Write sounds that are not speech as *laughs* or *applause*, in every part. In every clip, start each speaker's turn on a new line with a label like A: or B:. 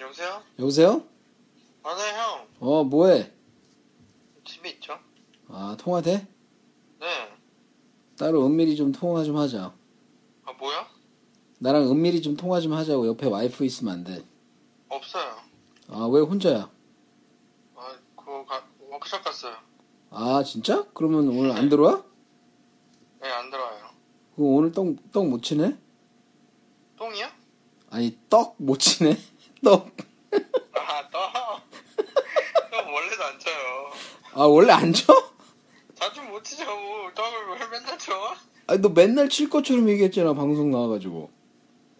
A: 여보세요?
B: 여보세요?
A: 아, 네, 형.
B: 어, 뭐해?
A: 집에 있죠?
B: 아, 통화돼?
A: 네.
B: 따로 은밀히 좀 통화 좀 하자.
A: 아, 뭐야?
B: 나랑 은밀히 좀 통화 좀 하자고. 옆에 와이프 있으면 안 돼.
A: 없어요.
B: 아, 왜 혼자야?
A: 아, 그거 가, 워크숍 갔어요.
B: 아, 진짜? 그러면 오늘 안 들어와?
A: 네, 안 들어와요.
B: 그럼 오늘 떡, 떡 못 치네?
A: 똥이요?
B: 아니, 떡 못 치네? *laughs* 떡.
A: 아, 떠. *laughs* 형 원래도 안 쳐요.
B: 아, 원래 안 쳐?
A: 자주 못 치죠. 떡을 왜 맨날 쳐?
B: 아니, 너 맨날 칠 것처럼 얘기했잖아. 방송 나와가지고.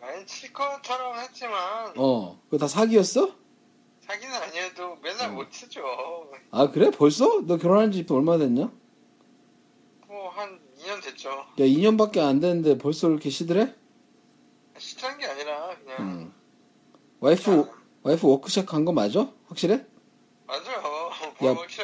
A: 아니, 칠 것처럼 했지만,
B: 어. 그거 다 사기였어?
A: 사기는 아니어도 맨날 못 치죠.
B: 아, 그래? 벌써? 너 결혼한 지 얼마 됐냐? 야,
A: 뭐, 한 2년 됐죠.
B: 2년밖에 안 됐는데 벌써 이렇게 시들해?
A: 싫다는 게 아니라, 그냥.
B: 응. 와이프, 와이프 워크샵 간 거 맞아? 확실해?
A: 맞아요. 뭐,
B: 야.
A: 워크숍.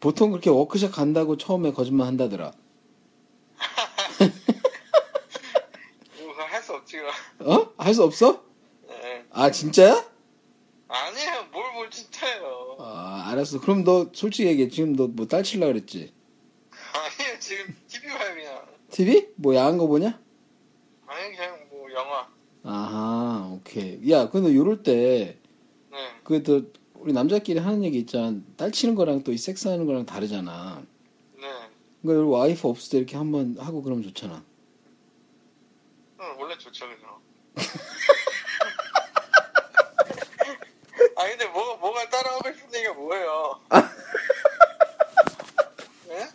B: 보통 그렇게 워크숍 간다고 처음에 거짓말 한다더라.
A: 이거 뭐, 할수 없지, 그럼.
B: 어? 할 수 없어?
A: 네.
B: 아, 진짜야?
A: 아니에요. 뭘, 뭘 진짜예요.
B: 아, 알았어. 그럼 너 솔직히 얘기해. 지금 너 뭐 딸 칠라 그랬지?
A: 아니요 지금 TV 봐요 그냥
B: TV? 뭐 야한 거 보냐?
A: 아니 그냥 뭐 영화
B: 아하, 오케이. 야, 근데 요럴 때,
A: 네
B: 그, 또, 우리 남자끼리 하는 얘기 있잖아. 딸 치는 거랑 또 이 섹스하는 거랑 다르잖아.
A: 네.
B: 그러니까 우리 와이프 없을 때 이렇게 한번 하고 그러면 좋잖아.
A: 응, 원래 좋죠 그죠 *laughs* 아 근데 뭐, 뭐가 따라하고 싶은 얘기가
B: *laughs*
A: 뭐예요 네?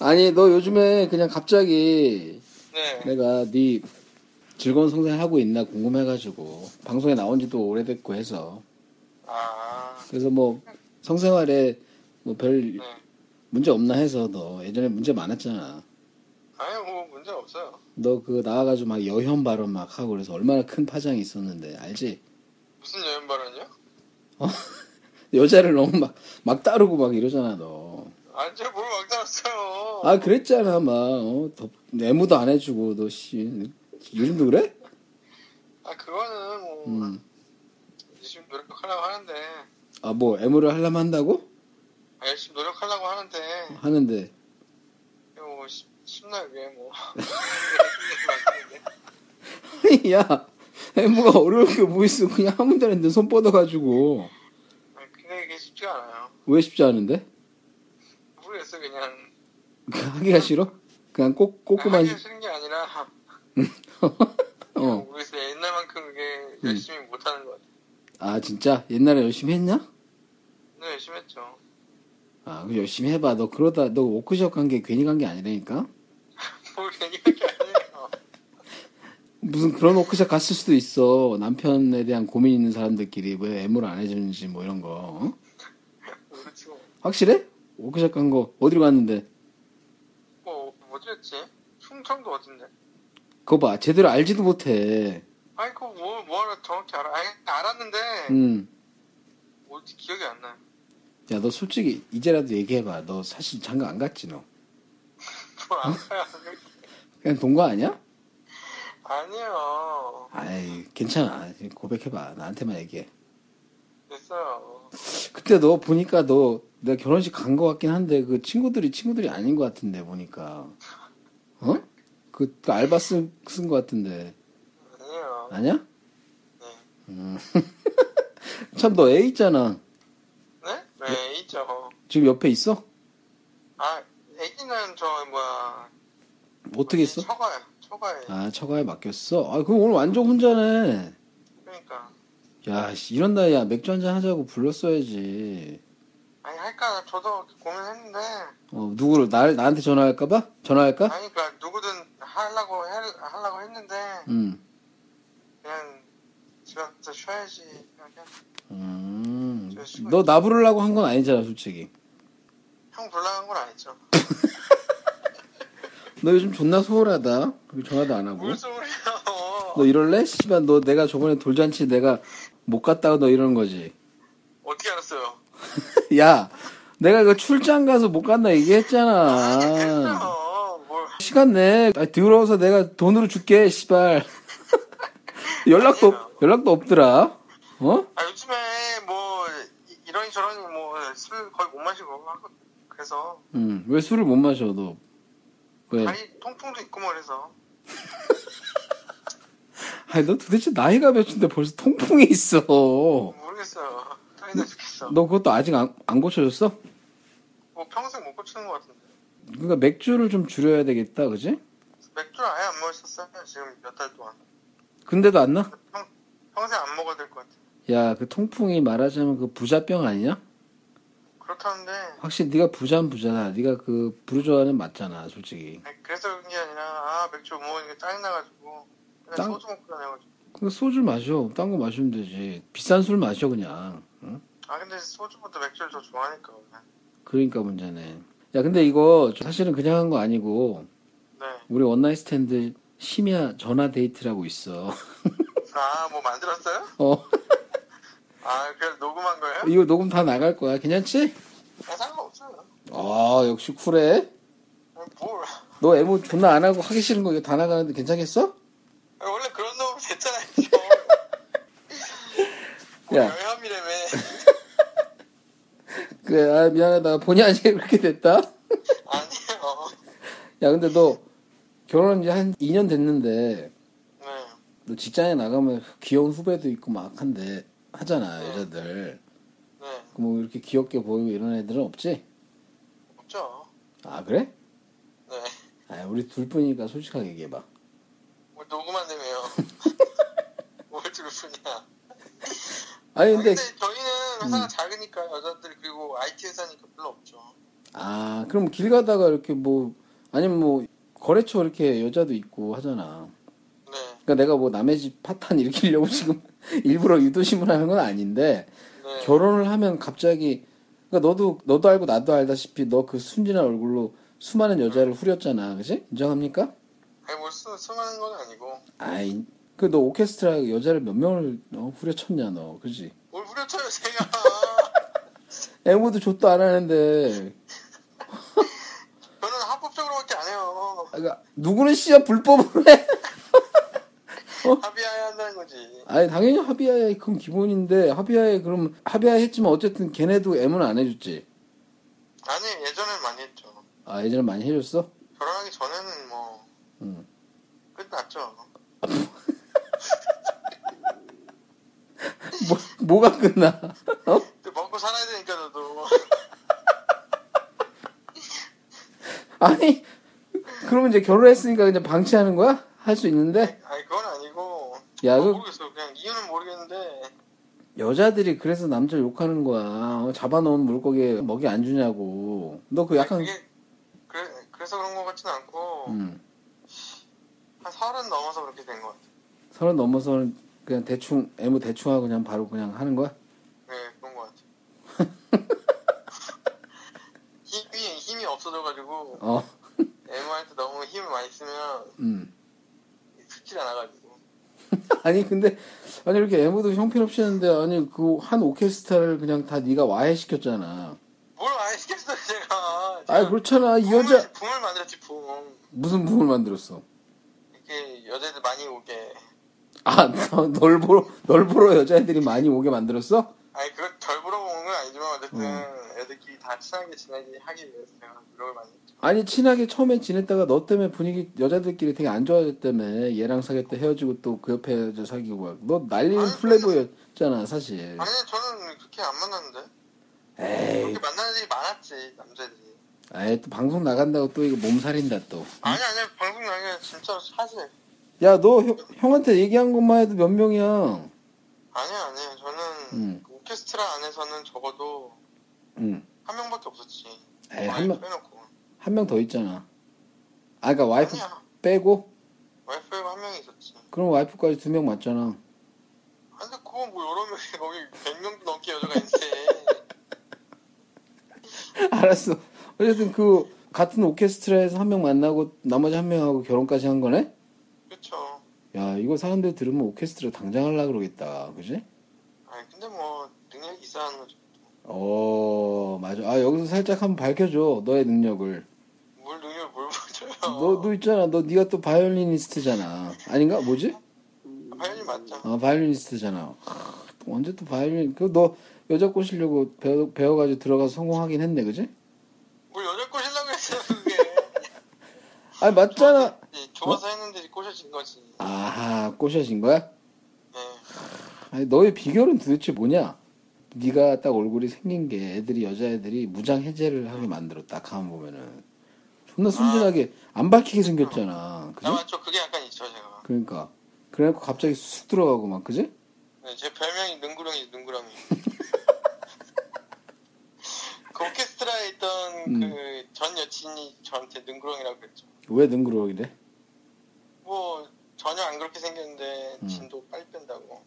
B: 아니, 너 요즘에 그냥 갑자기
A: 네
B: 내가 네 즐거운 성생 하고 있나 궁금해가지고 방송에 나온 지도 오래됐고 해서
A: 아,
B: 그래서 뭐 성생활에 뭐 별
A: 네.
B: 문제 없나 해서 너 예전에 문제 많았잖아.
A: 아니 뭐 문제 없어요
B: 너 그 나와가지고 막 여혐 발언 막 하고 그래서 얼마나 큰 파장이 있었는데 알지?
A: 무슨 여행 발언이요?
B: 여자를 너무 막, 막 따르고 막 이러잖아 너.
A: 아니 저뭘막 따랐어요
B: 아 그랬잖아 막 어? 더, 애무도 안 해주고 너 씨 요즘도 그래?
A: 아 그거는 뭐
B: 음.
A: 열심히 노력하려고 하는데
B: 아 뭐 애무를 하려면 한다고?
A: 아, 열심히 노력하려고 하는데
B: 하는데 *laughs*
A: 뭐 신나게 뭐 *laughs*
B: 야 애무가 어려울 게뭐 있어 그냥 아무 데나 있는데 손 뻗어가지고
A: 근데 이게 쉽지가 않아요
B: 왜 쉽지 않은데?
A: 모르겠어 그냥
B: 하기가 싫어? 그냥 꼭 꼬꼬만
A: 아, 하기 싫은 게 아니라
B: 어.
A: 그냥 모르겠어 옛날만큼 그게
B: 음.
A: 열심히 못하는 것 같아요
B: 아 진짜 옛날에 열심히 했냐?
A: 근데 열심히 했죠 *laughs*
B: 아 그럼 열심히 해봐 너 그러다 너 워크숍 간 게 괜히 간 게 아니라니까
A: 뭘 괜히 그게 아니에요
B: 무슨 그런 워크숍 갔을 수도 있어 남편에 대한 고민 있는 사람들끼리 왜 애무를 안 해주는지 뭐 이런 거 어?
A: 그렇죠
B: 확실해? 워크숍 간 거 어디로 갔는데
A: 뭐 어디였지 충청도 어딘데
B: 그거 봐 제대로 알지도 못해
A: 아니 그거 뭐, 뭐 알아 정확히 알아 아니 알았는데
B: 음야너
A: 뭐지 기억이 안 나요 *laughs*
B: 솔직히 이제라도 얘기해봐 너 사실 장가 안 갔지 너
A: 뭐 뭘안 가요
B: 그냥 돈 거 아니야?
A: 아니에요
B: 아이 괜찮아 고백해봐 나한테만 얘기해
A: 됐어요
B: 그때 너 보니까 너 내가 결혼식 간 거 같긴 한데 그 친구들이 친구들이 아닌 것 같은데 보니까 어? 그, 그 알바 쓴 거 같은데
A: 아니에요
B: 아니야? 음.
A: 네
B: *laughs* 참 너 애 있잖아
A: 네? 네, 있죠.
B: 지금 옆에 있어?
A: 아, 애기는 저, 뭐야.
B: 어떻게 있어?
A: 처가요, 처가에.
B: 아 처가에 맡겼어? 아 그럼 오늘 완전 혼자네
A: 그러니까.
B: 야 씨, 이런 날야 맥주 한잔 하자고 불렀어야지
A: 아니, 할까? 저도 고민했는데.
B: 어 누구를 나, 나한테 전화할까봐? 전화할까?
A: 아니, 그니까, 누구든 하려고, 해, 하려고 했는데.
B: 음,
A: 그냥, 집에 가서 쉬어야지. 그냥
B: 음. 너나 부르려고 한 건 아니잖아 솔직히
A: 형 불러간 건 아니죠.
B: 너 요즘 존나 소홀하다 전화도 안 하고
A: 뭘 소리요.
B: 너 이럴래? 씨발 너 내가 저번에 돌잔치 내가 못 갔다고 너 이러는 거지. *laughs*
A: 어떻게 알았어요?
B: 야, 내가 그 출장 가서 못 간다
A: 아니, 뭐,
B: 얘기했잖아.
A: 됐어요. 뭘.
B: 시간 내. 아, 더러워서 내가 돈으로 *laughs* 줄게, 씨발. 연락도 없- 연락도 없더라. 어?
A: 아, 요즘에 이러니 저러니 뭐 술 거의 못 마시고 하고 그래서
B: 음, 왜 술을 못 마셔, 너? 왜?
A: 다리 통풍도 있고 뭐 그래서
B: 아니, 너 도대체 나이가 몇인데 벌써 통풍이 있어. 너
A: 모르겠어요. 다리다 죽겠어.
B: 그것도 아직 안, 안 고쳐졌어?
A: 뭐 평생 못 고치는 것 같은데.
B: 그러니까 맥주를 좀 줄여야 되겠다, 그지?
A: 맥주를 아예 안 마셨어요. 지금 몇 달 동안.
B: 근데도 안 나?
A: 평, 평생 안 먹어야 될 것 같아요.
B: 야, 그 통풍이 말하자면 그 부자병 아니냐?
A: 그렇다는데
B: 확실히 네가 부자는 부자다. 네가 그 부르주아는 맞잖아, 솔직히.
A: 아니, 그래서 그런 게 아니라 아 맥주 못 먹으니까 짜증 나가지고 그냥
B: 짠?
A: 소주 먹고 다녀가지고
B: 그 소주 마셔. 딴 거 마시면 되지. 비싼 술 마셔, 그냥. 응?
A: 아 근데 소주보다 맥주를 더 좋아하니까 그냥.
B: 그러니까 문제네. 야, 근데 이거 사실은 그냥 한 거 아니고
A: 네.
B: 우리 원나잇 스탠드 심야 전화 데이트라고 있어. *laughs*
A: 아 뭐 만들었어요?
B: 어,
A: 아 그래서 녹음한 거예요?
B: 이거 녹음 다 나갈 거야. 괜찮지?
A: 아 상관없어요.
B: 아, 역시 쿨해.
A: 아니, 뭘
B: 너 애무 뭐 존나 안 하고 하기 싫은 거 이거 다 나가는데 괜찮겠어?
A: 아니, 원래 그런 녹음 됐잖아요. 뭐
B: 야.
A: 여혐이라며
B: 그래, 아, 미안하다. 본의 아니게 그렇게 됐다.
A: 아니에요.
B: 야, 근데 너 결혼한 지 한 2년 됐는데
A: 네.
B: 너 직장에 나가면 귀여운 후배도 있고 막 한데 하잖아, 여자들.
A: 네.
B: 그뭐 이렇게 귀엽게 보이고 이런 애들은 없지?
A: 없죠.
B: 아, 그래?
A: 네.
B: 아, 우리 둘뿐이니까 솔직하게 얘기해봐.
A: 뭐
B: *laughs*
A: 녹음한다며요. 뭘 들을 뿐이야.
B: 아니,
A: 근데,
B: 근데, 음.
A: 저희는 회사가 작으니까 여자들 그리고 IT 회사니까 별로 없죠.
B: 아, 그럼 길 가다가 이렇게 뭐, 아니면 뭐, 거래처 이렇게 여자도 있고 하잖아.
A: 네.
B: 그러니까 내가 뭐 남의 집 파탄 *laughs* 일으키려고 지금 일부러 유도심을 하는 건 아닌데,
A: 네.
B: 결혼을 하면 갑자기 그러니까 너도 너도 알고 나도 알다시피 너 그 순진한 얼굴로 수많은 여자를 후렸잖아, 그지? 인정합니까?
A: 아니 뭐 쓰, 쓰는 건 아니고
B: 아이, 그 너 오케스트라 여자를 몇 명을 어, 후려쳤냐 너, 그지?
A: 뭘 후려쳐요
B: *laughs*
A: 제가.
B: 애무도 좆도 안 하는데,
A: 저는 합법적으로밖에 안 해요.
B: 아, 그러니까 누구는 씨야 불법으로 해? 어?
A: 합의해야 한다는 거지.
B: 아니 당연히 합의하에 그건 기본인데 합의하에 그럼 합의하에 했지만 어쨌든 걔네도 애무는 안 해줬지.
A: 아니 예전엔 많이 했죠.
B: 아 예전에 많이 해줬어? *laughs*
A: 결혼하기 전에는 뭐
B: 응. 음.
A: 끝났죠.
B: 뭐 뭐가 끝나? *laughs* 어?
A: 근데 먹고 살아야 되니까
B: *laughs*
A: 저도
B: 아니 그러면 이제 결혼했으니까 그냥 방치하는 거야? 할 수 있는데?
A: 아니 그건 아니고
B: 야,
A: 뭐
B: 그-
A: 모르겠어요. 그냥 이유는 모르겠는데
B: 여자들이 그래서 남자 욕하는 거야. 어, 잡아놓은 물고기에 먹이 안 주냐고. 너 그 약간,
A: 아니, 그게 그래, 그래서 그런 것 같진 않고
B: 음,
A: 한 서른 넘어서 그렇게 된 것 같아요.
B: 서른 넘어서는 그냥 대충, 애무 대충 하고 그냥 바로 그냥 하는 거야?
A: 네 그런 것 같아요.
B: *laughs*
A: 힘이 힘이 없어져가지고
B: 어,
A: 애무한테 너무 힘을 많이 쓰면
B: 음. *laughs*
A: 죽질 않아가지고
B: 아니, 근데, 아니, 이렇게 애무도 형편없이 했는데, 아니, 그 한 오케스트라를 그냥 다 네가 와해시켰잖아.
A: 뭘 많이 시켰어요 제가.
B: 아, 그렇잖아. 이 여자,
A: 붐을, 붐을 만들었지 붐.
B: 무슨 붐을 만들었어?
A: 이렇게 여자들 많이 오게.
B: 아, *laughs* 너- 널 보러, 널 보러 여자애들이 많이 오게 만들었어?
A: 아니 그걸 덜 물어보는 건 아니지만 어쨌든
B: 음.
A: 애들끼리 다 친하게 지내기 하기 위해서 제가 노력을 많이 했죠.
B: 아니 친하게 처음에 지냈다가 너 때문에 분위기 여자들끼리 되게 안 좋아졌다며 얘랑 사귀었다 헤어지고 또 그 옆에 여자 사귀고 막. 너 날리는
A: 아니,
B: 플레이보였잖아 사실
A: 아니 저는 그렇게 안 만났는데
B: 에이
A: 그렇게 만나는 일이 많았지 남자들이.
B: 에이 또 방송 나간다고 또 이거 몸살인다
A: 아니 아니 방송 나게 진짜 사실
B: 또 야 너 형한테 얘기한 것만 해도 몇 명이야
A: 아니요 아니요 저는
B: 음.
A: 그 오케스트라 안에서는 적어도 한 명밖에 없었지.
B: 에이,
A: 와이프
B: 한 명-
A: 빼놓고
B: 응한 명 더 있잖아 아 그니까 와이프
A: 아니야
B: 빼고
A: 와이프 한 명이 있었지.
B: 그럼 와이프까지 두 명 맞잖아 *laughs*
A: 아, 근데 그거 뭐 여러 명이 *laughs* 거기 100명도 넘게 여자가 있는데
B: *laughs* 알았어 어쨌든 그 같은 오케스트라에서 한 명 만나고 나머지 한 명하고 결혼까지 한 거네?
A: 그쵸.
B: 야, 이거 사람들 들으면 오케스트라 당장 하려 그러겠다. 그지?
A: 아니 근데 뭐 능력이 있어야 하는 거죠.
B: 어, 맞아. 아, 여기서 살짝 한번 밝혀줘. 너의 능력을.
A: 뭘 능력을 뭘 보여줘요.
B: 너, 너 있잖아. 너, 네가 또 바이올리니스트잖아. 아닌가? 뭐지?
A: 하연이 맞죠.
B: 어, 바이올리니스트잖아. 크, 또 언제 또 바이올린, 그, 너, 여자 꼬시려고 배워, 배워가지고 들어가서 성공하긴 했네, 그지?
A: 뭘 여자 꼬시려고 했어 그게
B: *laughs* 아니, 맞잖아.
A: 예, 좋아서 했는데 꼬셔진 거지
B: 아하, 꼬셔진 거야?
A: 예.
B: 아니, 너의 비결은 도대체 뭐냐? 네가 딱 얼굴이 생긴 게 애들이 여자애들이 무장 해제를 하게 만들었다. 가만 보면은 존나 순진하게 안 밝히게 생겼잖아. 그지?
A: 아 맞죠 그게 약간 있죠 제가
B: 그러니까 그래놓고 갑자기 쑥 들어가고 막 그지?
A: 네, 제 별명이 능구렁이
B: *laughs*
A: 능구렁이 그 오케스트라에 있던
B: 음.
A: 그 전 여친이 저한테 능구렁이라고 그랬죠
B: 왜 능그러기래?
A: 뭐 전혀 안 그렇게 생겼는데
B: 음.
A: 진도 빨리 뺀다고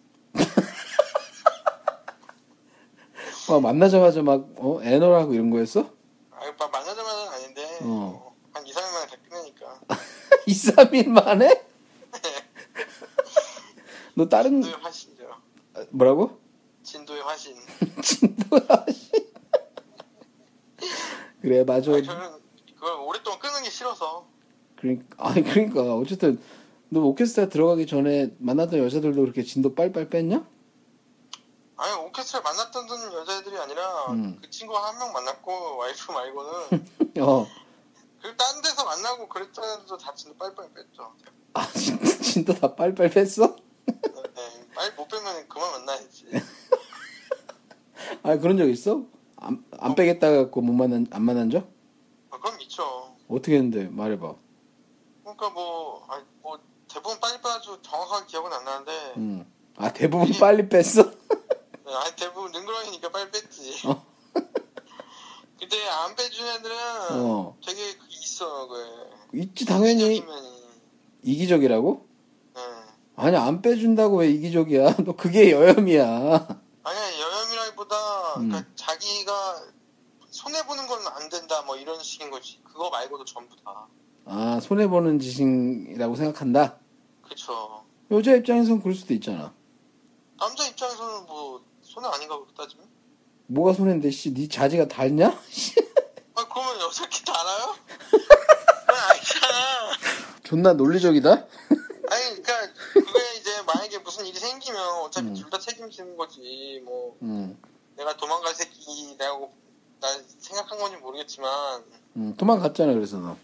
B: 와 만나자마자 막 어? 애너라고 이런 거였어? *laughs*
A: 아 오빠 만나자마자는 아닌데
B: 어. 음.
A: 뭐, 한 2, 3일 만에 다 끝내니까
B: 2, 3일 만에? *laughs* 너 다른
A: 진도의 화신이죠
B: 뭐라고?
A: 진도의 화신
B: 진도야 씨. 그래 맞아
A: 아니, 저는 그걸 오랫동안 끄는 게 싫어서
B: 그러니까 아니 그러니까 어쨌든 너 오케스트라 들어가기 전에 만났던 여자들도 그렇게 진도 빨빨 뺐냐?
A: 아니 오케스트라 만났던 여자애들이 아니라
B: 음.
A: 그 친구가 한 명 만났고 와이프 말고는
B: 어.
A: 그리고 딴 데서 만나고 그랬더니도 다 진도 빨빨 뺐죠
B: 아 진도 진도 다 빨빨 뺐어?
A: 네, 빨리 못 빼면 그만 만나야지
B: 아 그런 적 있어? 안, 안 빼겠다 갖고 못 만난 안 만난 적?
A: 아, 그럼 있죠
B: 어떻게 했는데 말해봐.
A: 그러니까 뭐, 아니, 뭐 대부분 빨리 빼가지고 정확하게 기억은 안 나는데
B: 음. 아 대부분 빨리 뺐어?
A: 네, 아니 대부분 능그렁이니까 빨리 뺐지
B: 어.
A: *laughs* 근데 안 빼준 애들은
B: 어.
A: 되게 그게 있어 그게
B: 있지 당연히
A: 시작이면이.
B: 이기적이라고?
A: 네.
B: 아니 안 빼준다고 왜 이기적이야? 너 그게 여염이야.
A: 아니 여염이라기보다
B: 음.
A: 그러니까 자기가 손해 보는 건 안 된다 뭐 이런 식인 거지 그거 말고도 전부 다
B: 아 손해 보는 짓이라고 생각한다.
A: 그쵸
B: 여자 입장에선 그럴 수도 있잖아.
A: 남자 입장에서는 뭐 손해 아닌가 그렇게 따지면
B: 뭐가 손해인데 씨, 네 자지가 닳냐? 씨,
A: 아 그러면 여자 키다 알아요? 그건 아니잖아
B: 존나 논리적이다.
A: 아니 그러니까 그게 이제 만약에 무슨 일이 생기면 어차피
B: 음.
A: 둘 다 책임지는 거지 뭐
B: 음,
A: 내가 도망갈 새끼 내가 뭐- 나 생각한 건지 모르겠지만
B: 음 도망갔잖아 그래서 너.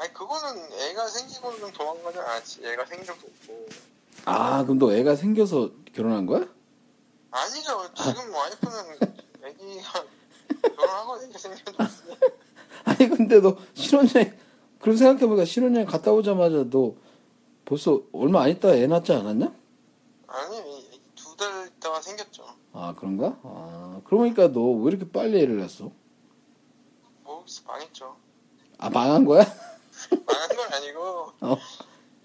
A: 아니 그거는 애가 생기고는 도망가지 않았지 애가 생긴 적도 없고
B: 아 그럼 너 애가 생겨서 결혼한 거야?
A: 아니죠. 지금 와이프는 애기가 결혼하고 이렇게 생겨졌어요.
B: 아니 근데 너 신혼여행 그럼 생각해보니까 신혼여행 갔다 오자마자 너 벌써 얼마 안 있다 애 낳지 않았냐?
A: 아니, 두 달 있다가 생겼죠.
B: 아 그런가? 아 그러니까 너 왜 이렇게 빨리 애를 낳았어?
A: 뭐, 망했죠.
B: 아 망한 거야? *laughs*
A: 망한 건 아니고,
B: 어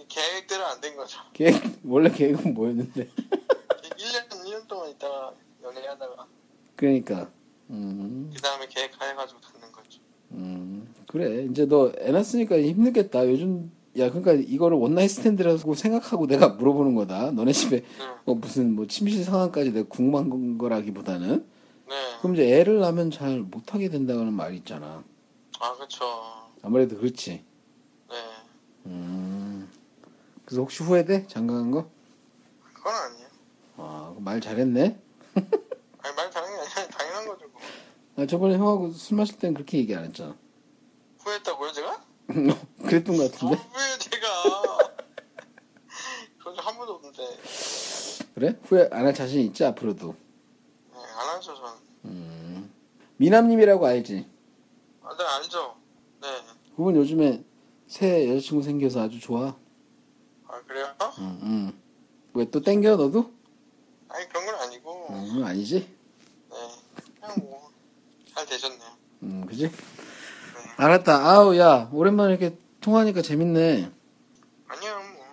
A: 계획대로 안 된 거죠.
B: 계획 원래 계획은 뭐였는데?
A: 1년, 1년 동안 있다가 연애하다가,
B: 그러니까 음,
A: 그 다음에 계획해가지고 갖는 거죠.
B: 음 그래 이제 너 애 낳았으니까 힘들겠다 요즘 야 그러니까 이거를 원나잇 스탠드라고 생각하고 내가 물어보는 거다 너네 집에
A: 네.
B: 어, 무슨 뭐 침실 상황까지 내가 궁금한 거라기보다는
A: 네.
B: 그럼 이제 애를 낳으면 잘 못하게 된다는 말이 있잖아
A: 아, 그쵸.
B: 아무래도 그렇지.
A: 네.
B: 음. 그래서 혹시 후회돼? 장가간 거?
A: 그건 아니에요.
B: 아, 말 잘했네.
A: 아니, 말 당연히, 아니라 당연한 거죠. 뭐.
B: 나 아, 저번에 형하고 술 마실 땐 그렇게 얘기 안 했잖아. *laughs*
A: 후회했다고요, 제가?
B: 그랬던 것
A: 뭐
B: 같은데.
A: 후회해요, 제가. 그런 적 한 번도 없는데.
B: 그래? 후회 안 할 자신 있지 앞으로도.
A: 네, 안 하죠, 저는.
B: 음. 미남님이라고 알지?
A: 아, 네, 알죠. 네.
B: 그분 요즘에 새 여자친구 생겨서 아주 좋아.
A: 아, 그래요?
B: 음, 음. 왜 또 땡겨 너도?
A: 아니, 그런 건 아니고.
B: 음, 아니지.
A: 네. 그냥 뭐, 잘 되셨네요.
B: 음, 그지? 알았다. 아우 야, 오랜만에 이렇게 통화하니까 재밌네.
A: 아니요, 뭐.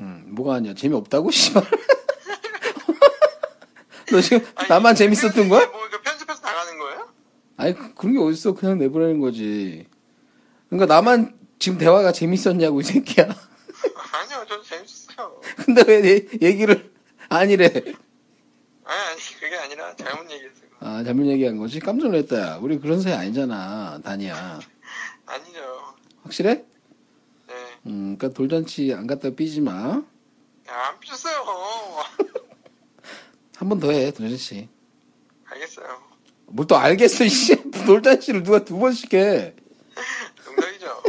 B: 음, 뭐가 아니야? 재미없다고? 씨발. *laughs* 너 지금
A: 아니,
B: 나만
A: 이거
B: 재밌었던
A: 편집-
B: 거야?
A: 뭐, 이거 편집해서 나가는 거예요? *laughs*
B: 아니, 그- 그런 게 어딨어. 그냥 내보내는 거지. 그러니까 나만 지금 대화가 재밌었냐고, 이 새끼야. *laughs*
A: 아니요, 저도 재밌었어요.
B: 근데 왜 내 얘기를 아니래.
A: 아니, 아니, 그게 아니라 잘못 얘기했어요.
B: 아, 잘못 얘기한 거지? 깜짝 놀랐다. 야. 우리 그런 사이 아니잖아. 다니야.
A: 아니죠.
B: 확실해?
A: 네.
B: 음, 그러니까 돌잔치 안 갔다 삐지
A: 야,
B: 마.
A: 안 삐졌어요.
B: 한 번 더 해, 돌잔치.
A: 알겠어요.
B: 뭘 또 알겠어, 씨. *laughs* 돌잔 씨를 누가 두 번씩 해.
A: 농담이죠.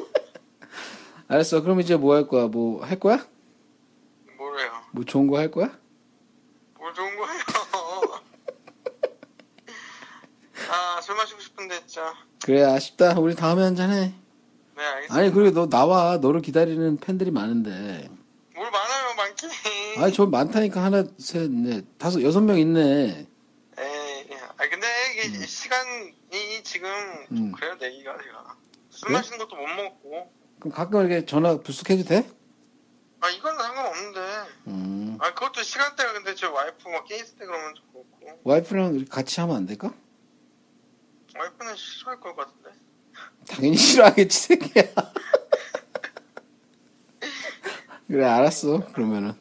B: 알았어. 그럼 이제 뭐 할 거야? 뭐 할 거야?
A: 뭐래요?
B: 뭐 좋은 거 할 거야?
A: 뭘 좋은 거예요? *laughs* 아, 술 마시고 싶은데 진짜.
B: 그래, 아쉽다. 우리 다음에 한잔 해.
A: 네, 알겠습니다.
B: 아니, 그리고 너 나와. 너를 기다리는 팬들이 많은데.
A: 뭘 많아요, 많긴.
B: 아니, 저 많다니까. 하나, 셋, 넷, 다섯, 여섯 명 있네.
A: 에이, 아 근데 이게 시간이 지금 좀
B: 음. 네?
A: 그래요, 내기가 내가. 술
B: 그래?
A: 마시는 것도 못 먹고.
B: 그럼 가끔 이렇게 전화 불쑥해도 돼?
A: 아, 이건 상관없는데.
B: 음.
A: 아, 그것도 시간대가 근데 제 와이프 막 깨있을 때 그러면 좀 그렇고.
B: 와이프랑 이렇게 같이 하면 안 될까?
A: 와이프는 싫어할 것 같은데.
B: 당연히 *laughs* 싫어하겠지, 새끼야. *laughs* 그래, 알았어. 그러면은.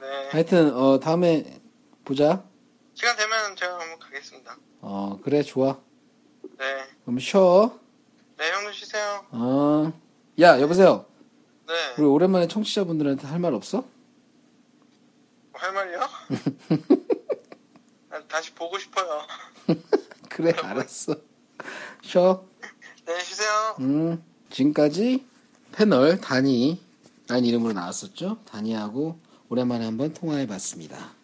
A: 네.
B: 하여튼, 어, 다음에 보자.
A: 시간 되면 제가 한번 가겠습니다.
B: 어, 그래, 좋아.
A: 네.
B: 그럼 쉬어.
A: 네, 형도 쉬세요.
B: 어. 야, 여보세요.
A: 네.
B: 우리 오랜만에 청취자분들한테 할 말 없어? *laughs*
A: 뭐할 말이요? 아, 다시 보고 싶어요.
B: 그래, 알았어. *laughs* 쉬어.
A: 네, 쉬세요.
B: 음. 지금까지 패널 다니, 난 이름으로 나왔었죠? 다니하고 오랜만에 한번 통화해 봤습니다.